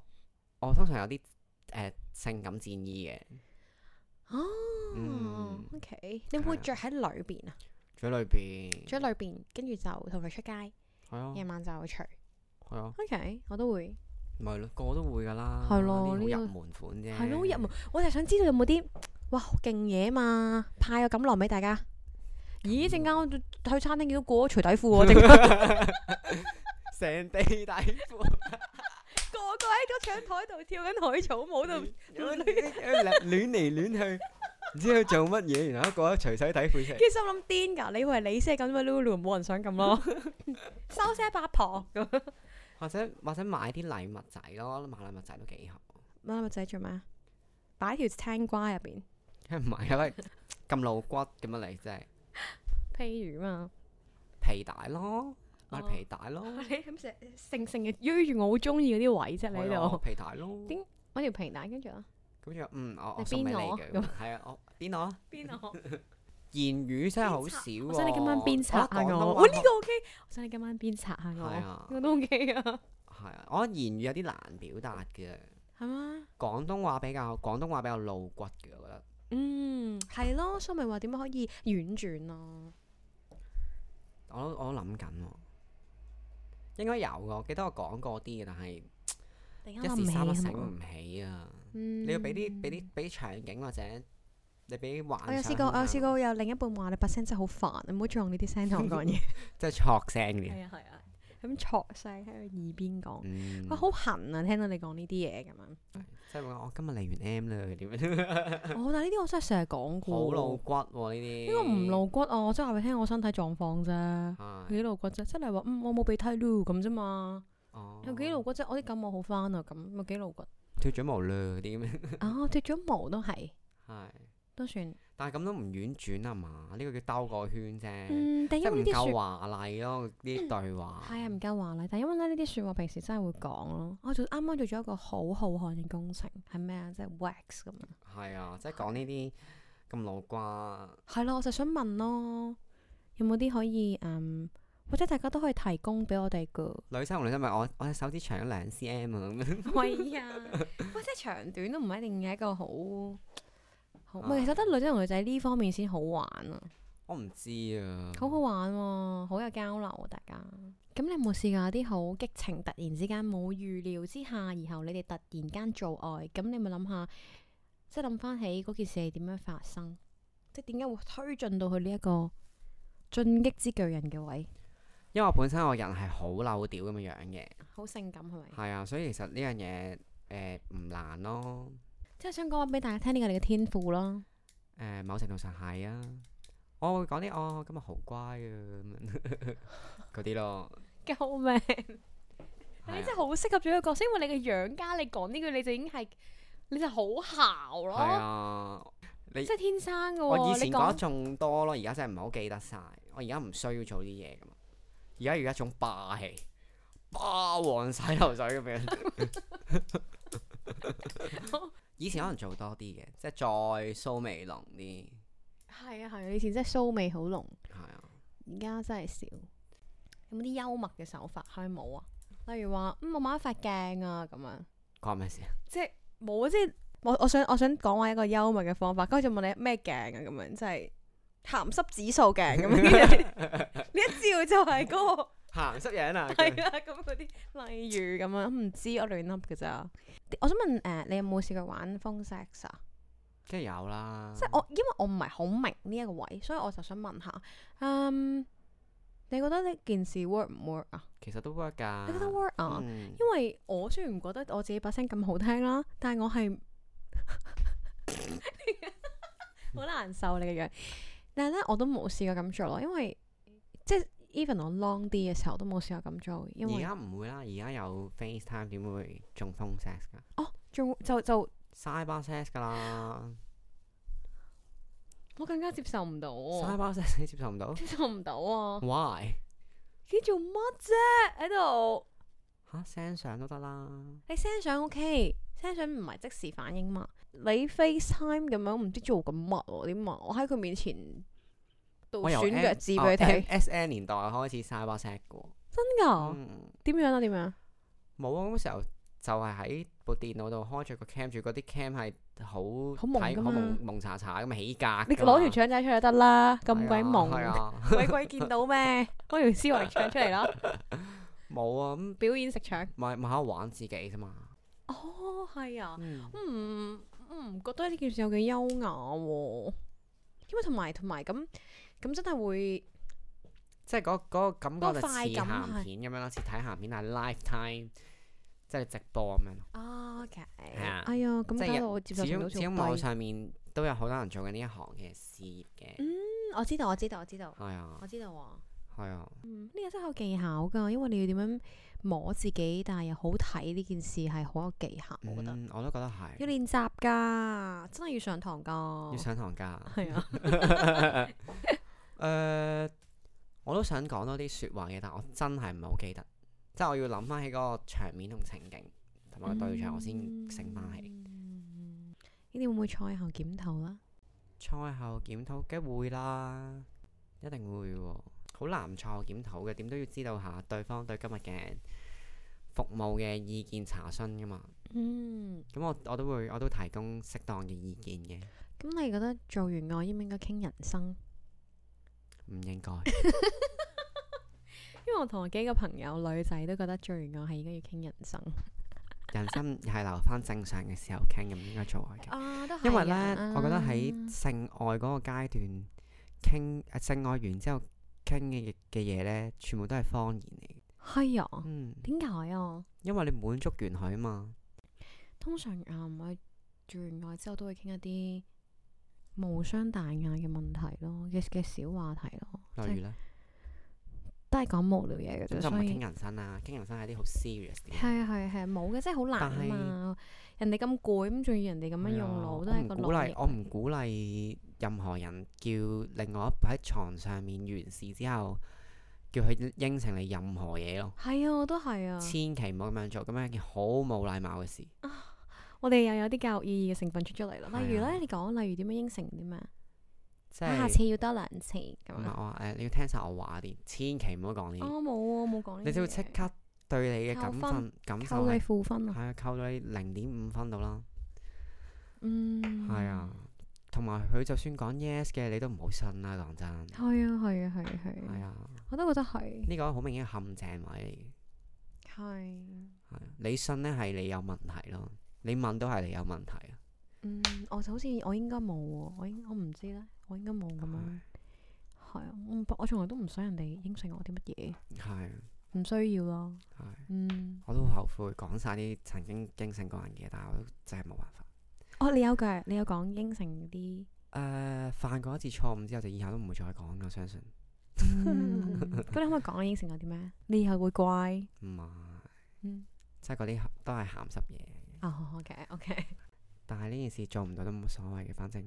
[SPEAKER 2] 我通常有啲誒、呃性感戰衣嘅，
[SPEAKER 3] 哦
[SPEAKER 2] 嗯
[SPEAKER 3] ，OK，你會
[SPEAKER 2] 係啊
[SPEAKER 3] 着喺裏邊啊？
[SPEAKER 2] 喺裏邊。
[SPEAKER 3] 着喺裏邊，跟住就同佢出街，
[SPEAKER 2] 係啊，
[SPEAKER 3] 夜晚就除。
[SPEAKER 2] 係啊，
[SPEAKER 3] OK，我都會。
[SPEAKER 2] 咪係咯，個個都會㗎啦。
[SPEAKER 3] 係咯
[SPEAKER 2] 呢
[SPEAKER 3] 呢
[SPEAKER 2] 啲
[SPEAKER 3] 個
[SPEAKER 2] 好入門款啫。
[SPEAKER 3] 係咯，入門，我就係想知道有冇啲哇好勁嘢嘛，派個錦囊俾大家。咦，陣間我去餐廳見到個除底褲喎，陣間
[SPEAKER 2] 成地底褲，
[SPEAKER 3] 個個喺個搶台度跳緊海草舞
[SPEAKER 2] 嗯
[SPEAKER 3] 度。
[SPEAKER 2] 亂嚟亂去，唔知佢做乜嘢，然後一個一除晒底褲出嚟。
[SPEAKER 3] 跟住心諗癲㗎，你以為你先係咁嘅 Lulu，冇人想咁咯，收聲八婆咁。
[SPEAKER 2] 或者或者買啲禮物仔咯，買禮物仔都幾 好。
[SPEAKER 3] 乜乜仔做咩啊？擺條青瓜入邊，
[SPEAKER 2] 唔係啊，喂，咁露骨咁樣嚟，真係
[SPEAKER 3] 譬如嘛。
[SPEAKER 2] 皮帶咯，買
[SPEAKER 3] 哦
[SPEAKER 2] 皮帶咯，
[SPEAKER 3] 你咁成成成日追住我好中意嗰啲位啫，你
[SPEAKER 2] 係
[SPEAKER 3] 喺
[SPEAKER 2] 啊
[SPEAKER 3] 度
[SPEAKER 2] 皮帶咯。
[SPEAKER 3] 點揾條皮帶跟住啦，
[SPEAKER 2] 咁就嗯，我
[SPEAKER 3] 你
[SPEAKER 2] 我送俾
[SPEAKER 3] 邊
[SPEAKER 2] 你
[SPEAKER 3] 我
[SPEAKER 2] 嘅，咁係啊，我邊我啊
[SPEAKER 3] 邊我？
[SPEAKER 2] 言語真係好少喎。
[SPEAKER 3] 我想你今晚鞭策下
[SPEAKER 2] 啊覺得廣東
[SPEAKER 3] 我，
[SPEAKER 2] 話
[SPEAKER 3] 我呢個 OK，我想你今晚鞭策下我，
[SPEAKER 2] 係啊
[SPEAKER 3] 呢個都 OK 啊，
[SPEAKER 2] 係啊，我覺得言語有啲難表達嘅，
[SPEAKER 3] 係嘛？
[SPEAKER 2] 廣東話比較廣東話比較露骨嘅，我覺得。
[SPEAKER 3] 嗯，係咯，所以咪話點樣可以婉轉咯？
[SPEAKER 2] 我都我都諗緊喎，應該有嘅。我記得我講過啲嘅，但係
[SPEAKER 3] 突然間
[SPEAKER 2] 一
[SPEAKER 3] 諗唔
[SPEAKER 2] 時三刻
[SPEAKER 3] 起係
[SPEAKER 2] 醒
[SPEAKER 3] 嘛？
[SPEAKER 2] 唔起啊。
[SPEAKER 3] 啊嗯
[SPEAKER 2] 你要俾啲俾啲俾啲場景或者你俾幻
[SPEAKER 3] 我有
[SPEAKER 2] 想啊
[SPEAKER 3] 試過，我有
[SPEAKER 2] 空
[SPEAKER 3] 試
[SPEAKER 2] 間
[SPEAKER 3] 過有另一半話你把聲真係好煩，唔好再用呢啲聲同我 講嘢。
[SPEAKER 2] 即係錯聲嘅。
[SPEAKER 3] 係啊係啊，咁戳晒喺佢耳邊講，
[SPEAKER 2] 嗯，
[SPEAKER 3] 哇好痕啊！聽到你講呢啲嘢咁 樣，
[SPEAKER 2] 即係會講我今日嚟完 M 啦，點樣？
[SPEAKER 3] 哦，但係呢啲我真係成日講過，
[SPEAKER 2] 好露骨喎呢啲。
[SPEAKER 3] 呢個唔露骨啊！我真係話俾你聽我身體狀況啫，佢
[SPEAKER 2] 係。
[SPEAKER 3] 幾露骨啫，即係你話嗯我冇鼻涕咯咁啫嘛，
[SPEAKER 2] 哦。
[SPEAKER 3] 有幾露骨啫？我啲感冒好翻啦，咁咪幾 露骨
[SPEAKER 2] 脱咗毛啦嗰啲咁樣。
[SPEAKER 3] 啊！脱咗毛都係
[SPEAKER 2] 係。
[SPEAKER 3] 都算，
[SPEAKER 2] 但係咁都唔婉轉啊嘛，呢個叫兜個圈啫，
[SPEAKER 3] 嗯，但
[SPEAKER 2] 即
[SPEAKER 3] 因
[SPEAKER 2] 係
[SPEAKER 3] 為
[SPEAKER 2] 唔
[SPEAKER 3] 呢啲
[SPEAKER 2] 夠
[SPEAKER 3] 説
[SPEAKER 2] 華麗咯啲對話。
[SPEAKER 3] 係啊唔夠華麗，但因為咧呢啲説話平時真係會講咯。我做啱啱做咗一個好浩瀚嘅工程，係咩啊？即係 wax 咁樣。
[SPEAKER 2] 係啊，即係講呢啲咁露瓜，
[SPEAKER 3] 係咯，我就想問咯，有冇啲可以嗯，或者大家都可以提供俾我哋噶？
[SPEAKER 2] 女仔同女仔咪我我隻手指長咗兩 cm 啊咁樣。
[SPEAKER 3] 喂啊， 喂，即係長短都唔一定係一個好好，唔
[SPEAKER 2] 啊
[SPEAKER 3] 係其實得女仔同女仔呢方面先好玩啊，
[SPEAKER 2] 我唔知啊。
[SPEAKER 3] 好好玩喎，好有交流啊，大家。咁你有冇試過有啲好激情，突然之間冇預料之下，然後你哋突然間做愛，咁你咪諗下，即係諗翻起嗰件事係點樣發生，即係點解會推進到去呢一個進擊之巨人嘅位？
[SPEAKER 2] 因為我本身我人係好漏屌咁樣樣嘅，
[SPEAKER 3] 好性感係咪？
[SPEAKER 2] 係啊，所以其實呢樣嘢誒唔難咯。
[SPEAKER 3] 即係想講話俾大家聽呢個你嘅天賦咯。
[SPEAKER 2] 誒、某程度上係啊，我會講啲哦，今日好乖啊咁樣 嗰啲咯。
[SPEAKER 3] 救命！
[SPEAKER 2] 係
[SPEAKER 3] 你
[SPEAKER 2] 啊
[SPEAKER 3] 真係好適合做呢個角色，因為你嘅樣加你講呢句，你就已經係你就好姣
[SPEAKER 2] 係
[SPEAKER 3] 咯，
[SPEAKER 2] 啊，
[SPEAKER 3] 即
[SPEAKER 2] 你
[SPEAKER 3] 係天生嘅
[SPEAKER 2] 我以
[SPEAKER 3] 喎。
[SPEAKER 2] 前
[SPEAKER 3] 哦你
[SPEAKER 2] 講得
[SPEAKER 3] 講
[SPEAKER 2] 仲多咯，而家真係唔係好記得晒。我而家唔需要做啲嘢噶嘛，而家要一種霸氣，霸王洗頭水咁樣。以前可能做多啲嘅，即係再蘇眉濃啲，
[SPEAKER 3] 係啊係啊，你以前真係騷味好濃，
[SPEAKER 2] 係啊。
[SPEAKER 3] 而家真係少。有冇啲幽默嘅手法可以冇啊？例如話嗯，我買一塊鏡啊咁樣，
[SPEAKER 2] 關咩事啊？
[SPEAKER 3] 即係冇啊即係我我想我想講話一個幽默嘅方法，跟住就問你咩鏡啊咁樣，即係鹹濕指數鏡咁樣。你一照就係嗰個。
[SPEAKER 2] 鹹濕樣啊！
[SPEAKER 3] 係啦，咁嗰啲例如咁樣，唔知我亂噏嘅咋。我想問誒、呃你有冇試過玩風 sex 啊？
[SPEAKER 2] 梗係有啦，
[SPEAKER 3] 即係我因為我唔係好明呢一個位，所以我就想問下，嗯，你覺得呢件事 work 唔 work 啊？
[SPEAKER 2] 其實都 work 㗎。
[SPEAKER 3] 你覺得 work 啊？
[SPEAKER 2] 嗯
[SPEAKER 3] 因為我雖然唔覺得我自己把聲咁好聽啦，但係我係好難受你嘅樣。但係咧，我都冇試過咁做咯，因為即係 even 我 long 啲嘅時候都冇試過咁做，因
[SPEAKER 2] 而
[SPEAKER 3] 為
[SPEAKER 2] 家唔會啦，而家有 FaceTime 點會中風 sex 㗎？
[SPEAKER 3] 哦，仲就就
[SPEAKER 2] cyber sex 㗎啦
[SPEAKER 3] 我更加接受唔到啊，
[SPEAKER 2] ，cyber sex 你接受唔到
[SPEAKER 3] 接受唔到啊！
[SPEAKER 2] ？Why？
[SPEAKER 3] 你做乜啫？喺度
[SPEAKER 2] 嚇 send 相都得啦，
[SPEAKER 3] 你 send 相 OK，send 相唔係即時反應嘛？你 FaceTime 咁樣唔知做緊乜喎？點啊？我喺佢面前倒
[SPEAKER 2] 我由
[SPEAKER 3] 選腳
[SPEAKER 2] M-
[SPEAKER 3] 趾俾佢睇，哦
[SPEAKER 2] 哦 MSN 年代開始 cyber sex 嘅喎。
[SPEAKER 3] 真㗎？
[SPEAKER 2] 嗯
[SPEAKER 3] 點樣啊？點樣？
[SPEAKER 2] 冇啊，嗰時候就係喺部電腦度開著個 cam，住嗰啲 cam 係好
[SPEAKER 3] 好朦
[SPEAKER 2] 睇
[SPEAKER 3] 㗎
[SPEAKER 2] 好
[SPEAKER 3] 嘛
[SPEAKER 2] 蒙蒙查查咁，起格㗎嘛。啊
[SPEAKER 3] 你攞條腸仔出嚟就得啦，咁鬼
[SPEAKER 2] 係
[SPEAKER 3] 懵，
[SPEAKER 2] 啊，
[SPEAKER 3] 鬼鬼見到咩？攞條絲圍腸出嚟啦，
[SPEAKER 2] 冇啊，咁
[SPEAKER 3] 表演食腸。
[SPEAKER 2] 咪咪喺度玩自己啫嘛。
[SPEAKER 3] 哦，係啊。
[SPEAKER 2] 嗯
[SPEAKER 3] 嗯，唔覺得呢件事有幾優雅喎、因為同埋同埋咁咁真係會
[SPEAKER 2] 即係嗰嗰個感覺
[SPEAKER 3] 嗰個
[SPEAKER 2] 就似
[SPEAKER 3] 快感
[SPEAKER 2] 鹹
[SPEAKER 3] 係
[SPEAKER 2] 片咁樣啦，似睇鹹片，但係 live time 即係直播咁樣咯。
[SPEAKER 3] 啊，OK，
[SPEAKER 2] 係啊
[SPEAKER 3] 哎呀，咁
[SPEAKER 2] 即係
[SPEAKER 3] 搞
[SPEAKER 2] 人
[SPEAKER 3] 到我接
[SPEAKER 2] 始
[SPEAKER 3] 受唔到
[SPEAKER 2] 終始
[SPEAKER 3] 做
[SPEAKER 2] 終網
[SPEAKER 3] 低。
[SPEAKER 2] 上面都有好多人做緊呢一行嘅事業嘅，
[SPEAKER 3] 嗯我知道，我知道，我知道，
[SPEAKER 2] 係啊
[SPEAKER 3] 我知道啊。
[SPEAKER 2] 係啊，
[SPEAKER 3] 嗯，呢、個真係有技巧㗎，因為你要點樣摸自己，但係又好睇呢件事係好有技巧，我覺得、
[SPEAKER 2] 嗯我都覺得
[SPEAKER 3] 要
[SPEAKER 2] 係
[SPEAKER 3] 練習㗎，真係要上堂
[SPEAKER 2] 要
[SPEAKER 3] 㗎。
[SPEAKER 2] 上堂㗎。
[SPEAKER 3] 哦係啊，
[SPEAKER 2] 誒、呃我都想講多啲説話嘅，但我真係唔係好記得，即係我要諗翻起嗰個場面同情景同埋個對象，我先醒翻起。
[SPEAKER 3] 嗯呢啲會唔會賽後檢討啦？
[SPEAKER 2] 賽後檢討梗係會啦，一定會喎、好難賽後檢討嘅，點都要知道下對方對今日嘅服務嘅意見查詢㗎嘛。
[SPEAKER 3] 嗯。
[SPEAKER 2] 咁我我都會我都提供適當嘅意見嘅，
[SPEAKER 3] 咁你覺得做完愛應唔應該傾人生？
[SPEAKER 2] 唔應該
[SPEAKER 3] 因為我同我幾個朋友女仔都覺得做完愛係應該要傾人生。
[SPEAKER 2] 人生係留翻正常嘅時候傾咁應該做愛嘅。
[SPEAKER 3] 啊，都係
[SPEAKER 2] 因為咧，
[SPEAKER 3] 啊
[SPEAKER 2] 我覺得喺性愛嗰個階段傾啊性愛完之後傾嘅嘅嘢咧，全部都係謊言嚟嘅。
[SPEAKER 3] 係啊，
[SPEAKER 2] 嗯，
[SPEAKER 3] 點解啊？
[SPEAKER 2] 因為你滿足完佢啊嘛，
[SPEAKER 3] 通常啊，我做完愛之後都會傾一啲無傷大雅嘅問題咯，嘅嘅小話題咯，即
[SPEAKER 2] 例如
[SPEAKER 3] 係
[SPEAKER 2] 咧，
[SPEAKER 3] 都係講無聊嘢嘅
[SPEAKER 2] 咁
[SPEAKER 3] 啫，
[SPEAKER 2] 就唔係
[SPEAKER 3] 所以
[SPEAKER 2] 傾人生啦，傾人生係啲好 serious 嘅嘢。
[SPEAKER 3] 係啊係係冇嘅，即係好難啊嘛！人哋咁攰，咁仲要人哋咁樣用腦，都
[SPEAKER 2] 係啊
[SPEAKER 3] 係個
[SPEAKER 2] 我唔鼓勵，
[SPEAKER 3] 腦。
[SPEAKER 2] 我唔鼓勵任何人叫另外一喺床上面完事之後，叫佢應承你任何嘢咯。
[SPEAKER 3] 係啊，我都係啊！
[SPEAKER 2] 千祈唔好咁樣做，咁樣係一件好冇禮貌嘅事。
[SPEAKER 3] 我哋又有啲教育意義嘅成分出咗嚟啦。例如
[SPEAKER 2] 係啊
[SPEAKER 3] 咧，你講，例如點樣應承啲咩？
[SPEAKER 2] 即
[SPEAKER 3] 下
[SPEAKER 2] 係啊
[SPEAKER 3] 次要多兩次咁
[SPEAKER 2] 唔係我
[SPEAKER 3] 樣。
[SPEAKER 2] 話誒，你要聽晒我話啲，千祈唔好講呢啲，
[SPEAKER 3] 我冇啊，冇講呢啲嘢。
[SPEAKER 2] 你就會即刻對你嘅感
[SPEAKER 3] 扣
[SPEAKER 2] 分
[SPEAKER 3] 分
[SPEAKER 2] 感受
[SPEAKER 3] 扣你
[SPEAKER 2] 係
[SPEAKER 3] 負分啊！
[SPEAKER 2] 係啊，扣到你零點五分到啦。
[SPEAKER 3] 嗯，
[SPEAKER 2] 係啊，，同埋佢就算講 yes 嘅，你都唔好信啦。講真，
[SPEAKER 3] 係啊，係啊，係啊係
[SPEAKER 2] 係
[SPEAKER 3] 啊，
[SPEAKER 2] 啊，
[SPEAKER 3] 我都覺得係
[SPEAKER 2] 呢個好明顯係陷阱位嚟嘅。
[SPEAKER 3] 係。
[SPEAKER 2] 係啊你信咧係你有問題咯，你問都係你有問題啊。
[SPEAKER 3] 嗯，我就好似我應該冇喎，我應我唔知咧，我應該冇咁樣。係啊，我唔我從來都唔想人哋應承我啲乜嘢，
[SPEAKER 2] 係
[SPEAKER 3] 唔需要咯。
[SPEAKER 2] 係，
[SPEAKER 3] 嗯，
[SPEAKER 2] 我都好後悔講晒啲曾經應承過人嘅，但係我都真係冇辦法。
[SPEAKER 3] 哦，你有嘅，你有講應承 嗰啲，
[SPEAKER 2] 誒、犯過一次錯誤之後，就以後都唔會再講。我相信
[SPEAKER 3] 嗯咁你可唔可以講你應承咗啲咩？你以後會乖。
[SPEAKER 2] 唔係，
[SPEAKER 3] 嗯，
[SPEAKER 2] 即係嗰啲都係鹹濕嘢。
[SPEAKER 3] 哦，OK，OK，
[SPEAKER 2] 但係呢件事做唔到都冇所謂嘅，反正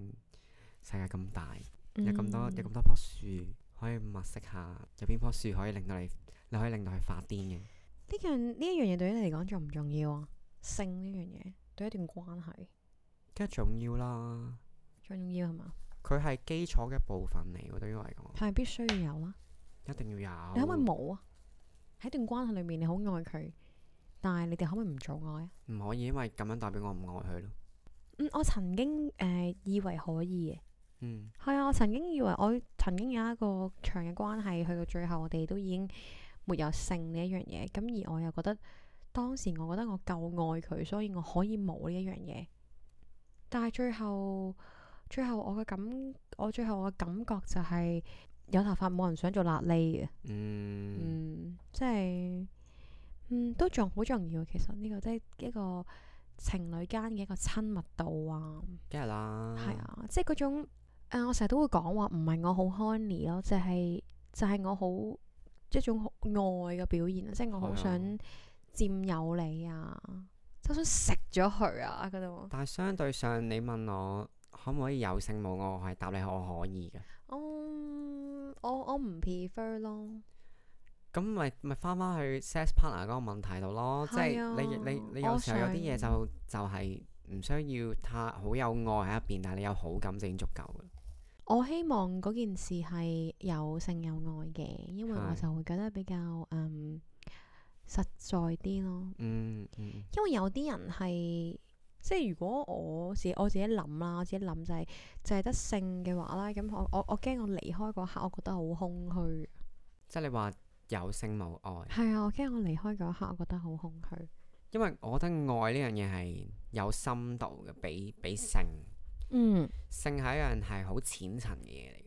[SPEAKER 2] 世界咁大，有
[SPEAKER 3] 嗯
[SPEAKER 2] 咁多有咁多棵樹可以物色下，有邊棵樹可以令到你，你可以令到佢發癲嘅。
[SPEAKER 3] 呢樣呢一樣嘢對於你嚟講重唔重要啊？性呢樣嘢對一段關係
[SPEAKER 2] 梗係重要啦，
[SPEAKER 3] 最重要係嘛？
[SPEAKER 2] 佢係基礎嘅一部分嚟喎。對於我嚟講，
[SPEAKER 3] 係必須要有啦。
[SPEAKER 2] 一定要有。
[SPEAKER 3] 你可唔可以冇啊？喺段關係裏面，你好愛佢，但係你哋可唔可以唔做愛啊？
[SPEAKER 2] 唔可以，因為咁樣代表我唔愛佢咯。
[SPEAKER 3] 嗯，我曾經誒、呃以為可以嘅。
[SPEAKER 2] 嗯，
[SPEAKER 3] 係啊，我曾經以為我曾經有一個長嘅關係，去到最後我哋都已經沒有性呢一樣嘢。咁而我又覺得當時我覺得我夠愛佢，所以我可以冇呢一樣嘢。但係最後，最後我嘅感，我最後我嘅感覺就係有頭髮冇人想做瘌痢嘅。
[SPEAKER 2] 嗯，
[SPEAKER 3] 嗯，即係嗯都仲好重要。其實呢個即係一個情侶間嘅一個親密度啊。
[SPEAKER 2] 梗係啦。
[SPEAKER 3] 係，啊，即係嗰種、呃、我成日都會講話，唔係我好 honey 咯，就係、就係、我好一種好愛嘅表現啊，即係我好
[SPEAKER 2] 係啊
[SPEAKER 3] 想佔有你啊，就想食咗佢啊嗰種。
[SPEAKER 2] 但係相對上，你問我可唔可以有性冇愛，我係答你我可以嘅。
[SPEAKER 3] 嗯我我唔 prefer 咯，
[SPEAKER 2] 咁咪咪翻翻去 sex partner 嗰個問題度咯，即
[SPEAKER 3] 係啊
[SPEAKER 2] 係你你你
[SPEAKER 3] 我
[SPEAKER 2] 有時候有啲嘢
[SPEAKER 3] 想
[SPEAKER 2] 就就係唔需要太好有愛喺入邊，但係你有好感就已經足夠嘅。
[SPEAKER 3] 我希望嗰件事係有性有愛嘅，因為我
[SPEAKER 2] 係
[SPEAKER 3] 就會覺得比較嗯實在啲咯。
[SPEAKER 2] 嗯嗯
[SPEAKER 3] 因為有啲人係即係如果我自己我自己諗啦，我自己諗就係、就係、得性嘅話啦，咁我我我驚我離開嗰刻，我覺得好空虛。
[SPEAKER 2] 即係你話有性冇愛，
[SPEAKER 3] 係啊，我驚我離開嗰刻，我覺得好空虛。
[SPEAKER 2] 因為我覺得愛呢樣嘢係有深度嘅，比比性
[SPEAKER 3] 嗯，
[SPEAKER 2] 性係一樣係好淺層嘅嘢嚟嘅，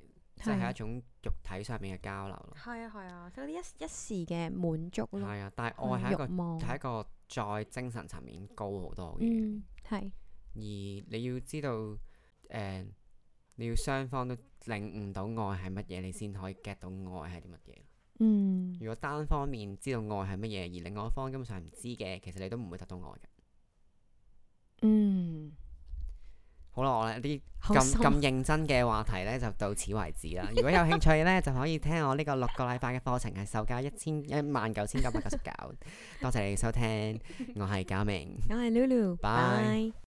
[SPEAKER 2] 即係一種肉體上面嘅交流咯。
[SPEAKER 3] 係啊係啊，即係嗰啲一一時嘅滿足咯，
[SPEAKER 2] 係啊，但係愛係一個
[SPEAKER 3] 慾望。
[SPEAKER 2] 係一個再精神層面高好多嘅嘢。
[SPEAKER 3] 嗯，係
[SPEAKER 2] 而你要知道，誒、你要雙方都領悟到愛係乜嘢，你先可以 get 到愛係啲乜嘢。
[SPEAKER 3] 嗯
[SPEAKER 2] 如果單方面知道愛係乜嘢，而另外一方根本上唔知嘅，其實你都唔會得到愛嘅。
[SPEAKER 3] 嗯，
[SPEAKER 2] 好啦，我呢啲
[SPEAKER 3] 好
[SPEAKER 2] 咁
[SPEAKER 3] 深
[SPEAKER 2] 咁認真嘅話題呢，就到此為止啦。如果有興趣呢，就可以聽我呢個六個禮拜嘅課程，係售價一千一萬九千九百九十九。多謝你收聽，我係嘉明。
[SPEAKER 3] 我係 Lulu，
[SPEAKER 2] Bye